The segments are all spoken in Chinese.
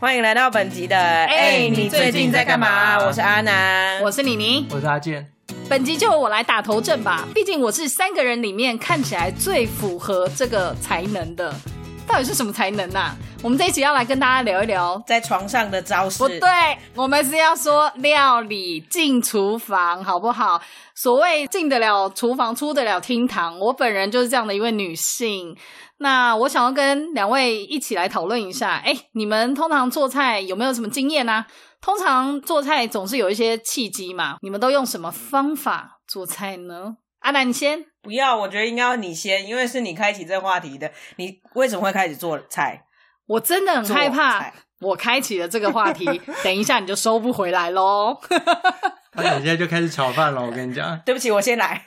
欢迎来到本集的哎、你最近在干嘛？我是阿南，我是妮妮，我是阿健，本集就我来打头阵吧，毕竟我是三个人里面看起来最符合这个才能的。到底是什么才能啊？我们这一集要来跟大家聊一聊。在床上的招式不对，我们是要说料理进厨房，好不好？所谓进得了厨房，出得了厅堂。我本人就是这样的一位女性。那我想要跟两位一起来讨论一下，哎，你们通常做菜有没有什么经验呢、啊？通常做菜总是有一些契机嘛，你们都用什么方法做菜呢？阿南，你先。不要，我觉得应该要你先，因为是你开启这话题的。你为什么会开始做菜？我真的很害做怕菜，我开启了这个话题， 等一下你就收不回来喽。他等一下就开始炒饭了。我跟你 讲，对不起，我先 来。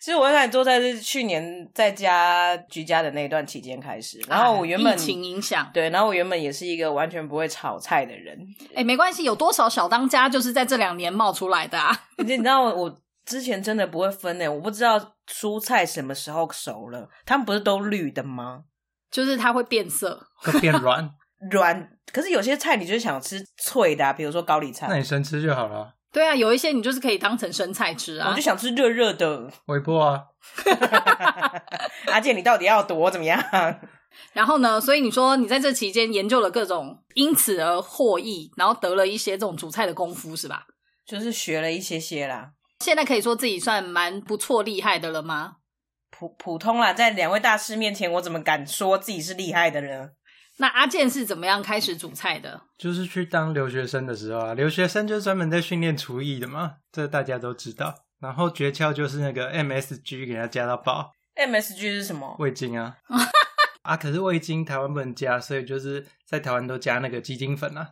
其实我开始做菜是去年在家居家的那一段期间开始，然后我原本、 疫情影响，对，然后我原本也是一个完全不会炒菜的人，哎、没关系，有多少小当家就是在这两年冒出来的啊？你知道我之前真的不会分呢、欸我不知道蔬菜什么时候熟了，它们不是都绿的吗？就是它会变色，会变软，软，可是有些菜你就是想吃脆的、啊，比如说高丽那菜，你生吃就好了，对啊，有一些你就是可以当成生菜吃我啊就。想吃热热的。微波啊，阿健，你到底要多怎么样？ 然后呢，所以你说你在这期间研究了各种，因此而获益，然后得了一些这种煮菜的功夫，是吧？就是学了一些些啦，现在可以说自己算蛮不错厉害的了吗？普普通啦，在两位大师面前，我怎么敢说自己是厉害的呢？那阿健是怎么样开始煮菜的？就是去当留学生的时候啊，留学生就专门在训练厨艺的嘛，这大家都知道。然后诀窍就是那个 MSG 给它加到爆， MSG 是什么？味 精啊，啊，可是味精台湾不能加，所以就是在台湾都加那个鸡精粉啊。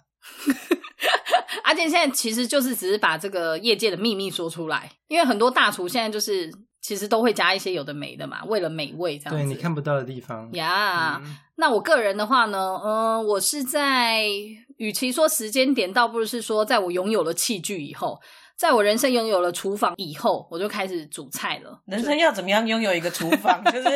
阿健现在其实就是只是把这个业界的秘密说出来，因为很多大厨现在就是其实都会加一些有的没的嘛，为了美味这样子。对你看不到的地方，呀嗯那我个人的话呢，嗯、我是在与其说时间点，倒不如是说，在我拥有了器具以后，在我人生拥有了厨房以后，我就开始煮菜了。人生要怎么样拥有一个厨房？ 就是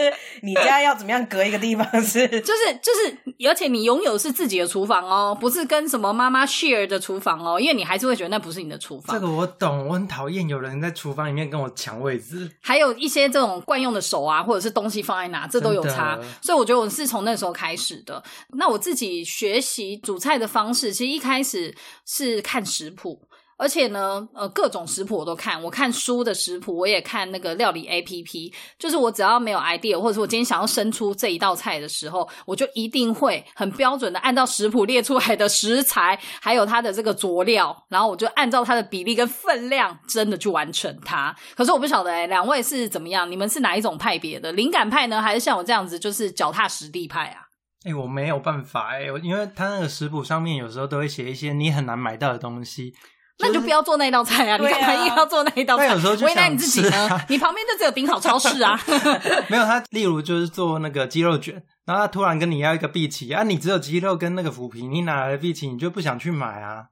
你家要怎么样隔一个地方是？ 就是就是，而且你拥有是自己的厨房哦，不是跟什么妈妈 share 的厨房哦，因为你还是会觉得那不是你的厨房。这个我懂，我很讨厌有人在厨房里面跟我抢位置。还有一些这种惯用的手啊，或者是东西放在哪，这都有差真的。所以我觉得我是从那时候开始的。那我自己学习煮菜的方式，其实一开始是看食谱。而且呢，呃，各种食谱我都看，我看书的食谱，我也看那个料理 A P P。就是我只要没有 idea，或者是我今天想要生出这一道菜的时候，我就一定会很标准的按照食谱列出来的食材，还有它的这个佐料，然后我就按照它的比例跟分量，真的去完成它。可是我不晓得哎、两位是怎么样？你们是哪一种派别的？灵感派呢，还是像我这样子就是脚踏实地派啊？哎、我没有办法哎、我因为他那个食谱上面有时候都会写一些你很难买到的东 西，那你就不要做那一道菜啊！你对啊干嘛硬要做那一道菜？但有时候就为难想你自己吃呢？啊你旁边就只有顶好超市 啊！ 没有，他例如就是做那个鸡肉卷，然后他突然跟你要一个碧琪啊，你只有鸡肉跟那个腐皮，你哪来的碧琪？你就不想去买啊？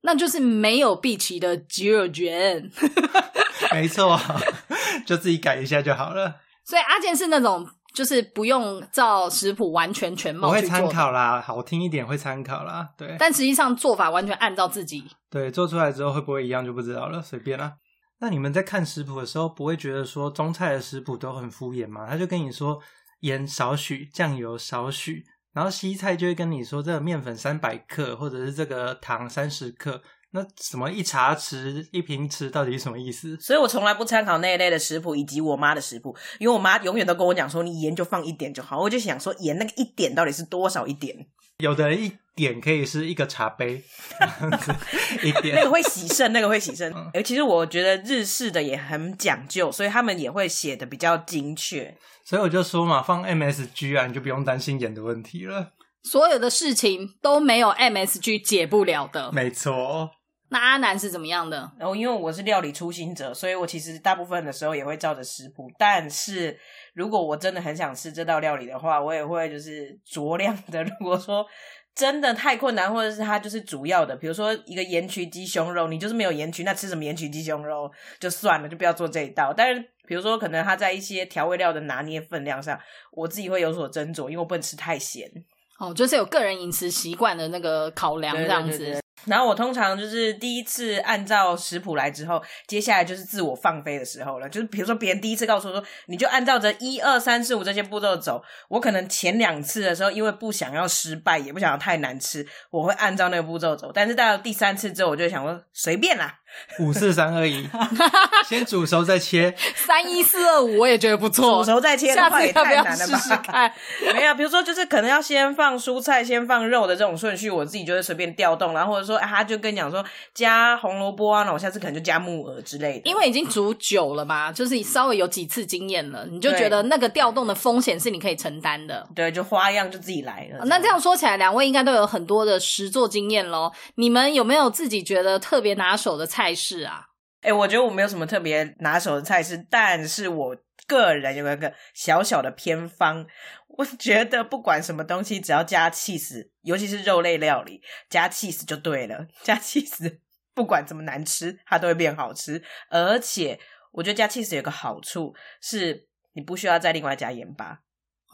那就是没有碧琪的鸡肉卷。没错， 就自己改一下就好了。所以阿健是那种就是不用照食谱完全全我貌会去参做的，考啦，好听一点会参考啦。对但实际上做法完全按照自己。对，做出来之后会不会一样就不知道了，随便啦。那你们在看食谱的时候，不会觉得说中菜的食谱都很敷衍吗？他就跟你说盐少许，酱油少许，然后西菜就会跟你说这个面粉三百克，或者是这个糖三十克。那什么一茶匙、一平匙到底是什么意思？所以我从来不参考那一类的食谱，以及我妈的食谱，因为我妈永远都跟我讲说，你盐就放一点就好。我就想说，盐那个一点到底是多少一点？有的人一点可以是一个茶杯， 一那 点个会洗肾，那个会洗肾。哎、其实我觉得日式的也很讲究，所以他们也会写的比较精确。所以我就说嘛，放 MSG 啊，你就不用担心盐的问题了。所有的事情都没有 MSG 解不了的。没错，哦那阿南是怎么样的？然后因为我是料理初心者，所以我其实大部分的时候也会照着食谱，但是如果我真的很想吃这道料理的话，我也会就是酌量的。 如果说真的太困难，或者是它就是主要的，比如说一个盐焗鸡胸肉，你就是没有盐焗，那吃什么盐焗鸡胸肉就算了，就不要做这一道。但是比如说可能它在一些调味料的拿捏分量上，我自己会有所斟酌，因为我不能吃太咸。哦，就是有个人饮食习惯的那个考量这样子。对对对对然后我通常就是第一次按照食谱来之后，接下来就是自我放飞的时候了。就是比如说别人第一次告诉我说，你就按照着一二三四五这些步骤走，我可能前两次的时候，因为不想要失败，也不想要太难吃，我会按照那个步骤走。但是到第三次之后，我就想说随便啦，五四三 二一，先煮熟再切。三一四二五，我也觉得不错煮。熟再切的下话次也要不太要难了试吧？试 看？没有，比如说就是可能要先放蔬菜，先放肉的这种顺序，我自己就会随便调动，然后或者说、啊、他就跟你讲说加红萝卜啊，那我下次可能就加木耳之类的。因为已经煮久了嘛，就是稍微有几次经验了，你就对觉得那个调动的风险是你可以承担的。对，就花样就自己来了。哦那这样说起来，两位应该都有很多的实作经验喽。你们有没有自己觉得特别拿手的菜式啊？哎、我觉得我没有什么特别拿手的菜式，但是我个人有一个小小的偏方，我觉得不管什么东西，只要加 cheese，尤其是肉类料理，加 cheese 就对了，加 cheese 不管怎么难吃，它都会变好吃。而且我觉得加 cheese 有个好处是，你不需要再另外加盐巴。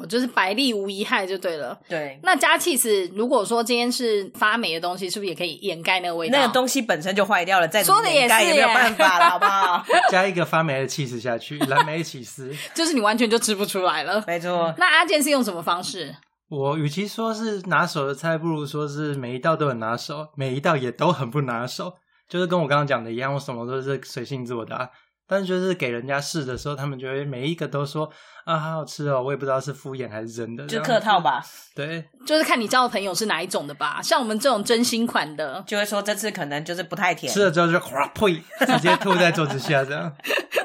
哦就是百利无一害就对了。对，那加 cheese，如果说今天是发霉的东西，是不是也可以掩盖那个味道？那个东西本身就坏掉了，再怎么说得也掩盖是也没有耶办法了，好不 好？加一个发霉的气丝下去，蓝莓起司。 就是你完全就吃不出来了。没错，那阿健是用什么方式？我与其说是拿手的菜，不如说是每一道都很拿手，每一道也都很不拿手。就是跟我刚刚讲的一样，我什么都是随性做的、啊。但是就是给人家试的时候，他们就会每一个都说啊，好好吃哦。我也不知道是敷衍还是真的，就这样客子套。吧。对，就是看你交的朋友是哪一种的吧。像我们这种真心款的， 就会说这次可能就是不太甜，吃了之后就哗呸，直接吐在桌子下，这样。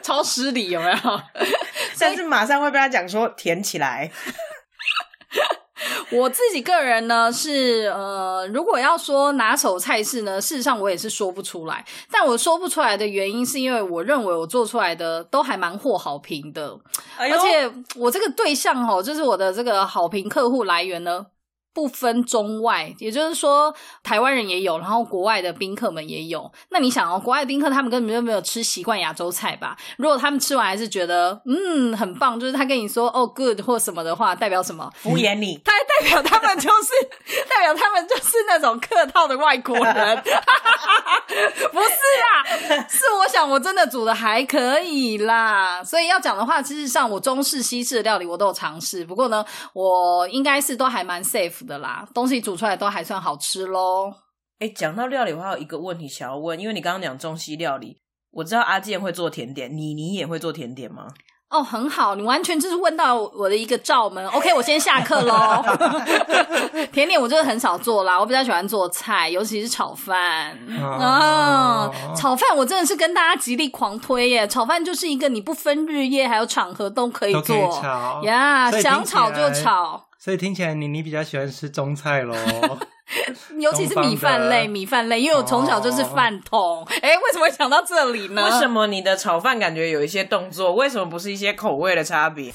超失礼有没有？甚至马上会被他讲说甜起来。我自己个人呢是呃，如果要说拿手菜式呢，事实上我也是说不出来。但我说不出来的原因是因为我认为我做出来的都还蛮获好评的，而而且我这个对象哦，就是我的这个好评客户来源呢。不分中外，也就是说，台湾人也有，然后国外的宾客们也有。那你想哦，国外的宾客他们根本就没有吃习惯亚洲菜吧？如果他们吃完还是觉得嗯很棒，就是他跟你说哦 good 或什么的话，代表什么？敷衍你，他代表他们就是代表他们就是那种客套的外国人， 不是啦，是我想我真的煮的还可以啦。所以要讲的话，事实上我中式、西式的料理我都有尝试，不过呢，我应该是都还蛮 safe 的啦，东西煮出来都还算好吃喽。哎、讲到料理，我还有一个问题想要问，因为你刚刚讲中西料理，我知道阿健会做甜点，你你也会做甜点吗？哦，很好，你完全就是问到我的一个罩门。OK，我先下课喽。 甜点我真的很少做啦，我比较喜欢做菜，尤其是炒饭。啊、哦哦炒饭我真的是跟大家极力狂推耶！炒饭就是一个你不分日夜还有场合都可以都可以做炒呀所以听想起炒就来炒，所以听起来你你比较喜欢吃中菜喽。尤其是东方米饭类，的米饭类，因为我从小就是饭哦桶。哎、为什么会想到这里呢？为什？么你的炒饭感觉有一些动作？为什么不是一些口味的差别？哦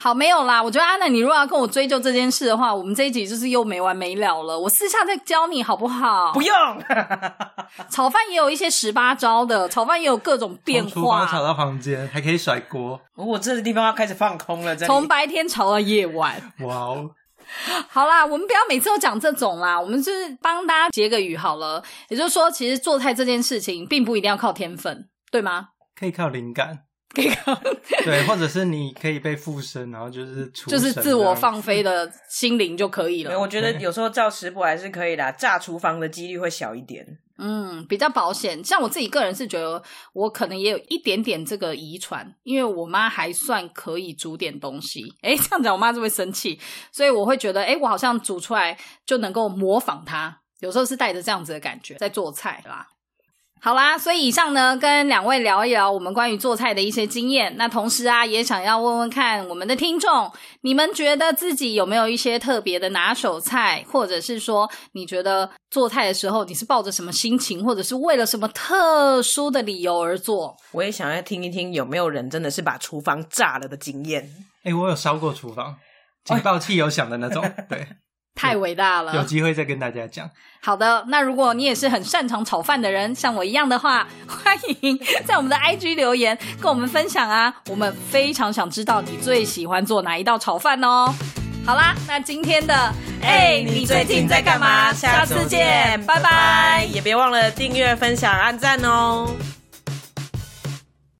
好，没有啦。我觉得安娜，你如果要跟我追究这件事的话，我们这一集就是又没完没了了。我私下再教你好不好？不用，炒饭也有一些十八招的，炒饭也有各种 变从厨房炒化，到房间，还可以甩锅，我这个地方要开始放空了，真从的。白天炒到夜晚。哇哦！好啦，我们不要每次都讲这种啦，我们就是帮大家结个语好了。也就是说，其实做菜这件事情，并不一定要靠天分，对吗？可以靠灵感，可以靠，对，或者是你可以被附身，然后就是出就是神自我这样放飞的心灵就可以没有了。我觉得有时候照食谱还是可以的，炸厨房的几率会小一点。嗯，比较保险。像我自己个人是觉得，我可能也有一点点这个遗传，因为我妈还算可以煮点东西。诶，这样讲我妈就会生气，所以我会觉得，诶，我好像煮出来就能够模仿她。有时候是带着这样子的感觉在做菜啦。好啦，所以以上呢，跟两位聊一聊我们关于做菜的一些经验。那同时啊，也想要问问看我们的听众，你们觉得自己有没有一些特别的拿手菜，或者是说你觉得做菜的时候你是抱着什么心情，或者是为了什么特殊的理由而做？我也想要听一听有没有人真的是把厨房炸了的经验。哎、我有烧过厨房，哎警报器有响的那种。 对，太伟大有了！机会再跟大家讲。好的，那如果你也是很擅长炒饭的人，像我一样的话，欢迎在我们的 IG 留言跟我们分享啊，我们非常想知道你最喜欢做哪一道炒饭哦。好啦，那今天的哎、你最近在干嘛？下次见，拜拜也别忘了订阅、分享、按赞哦。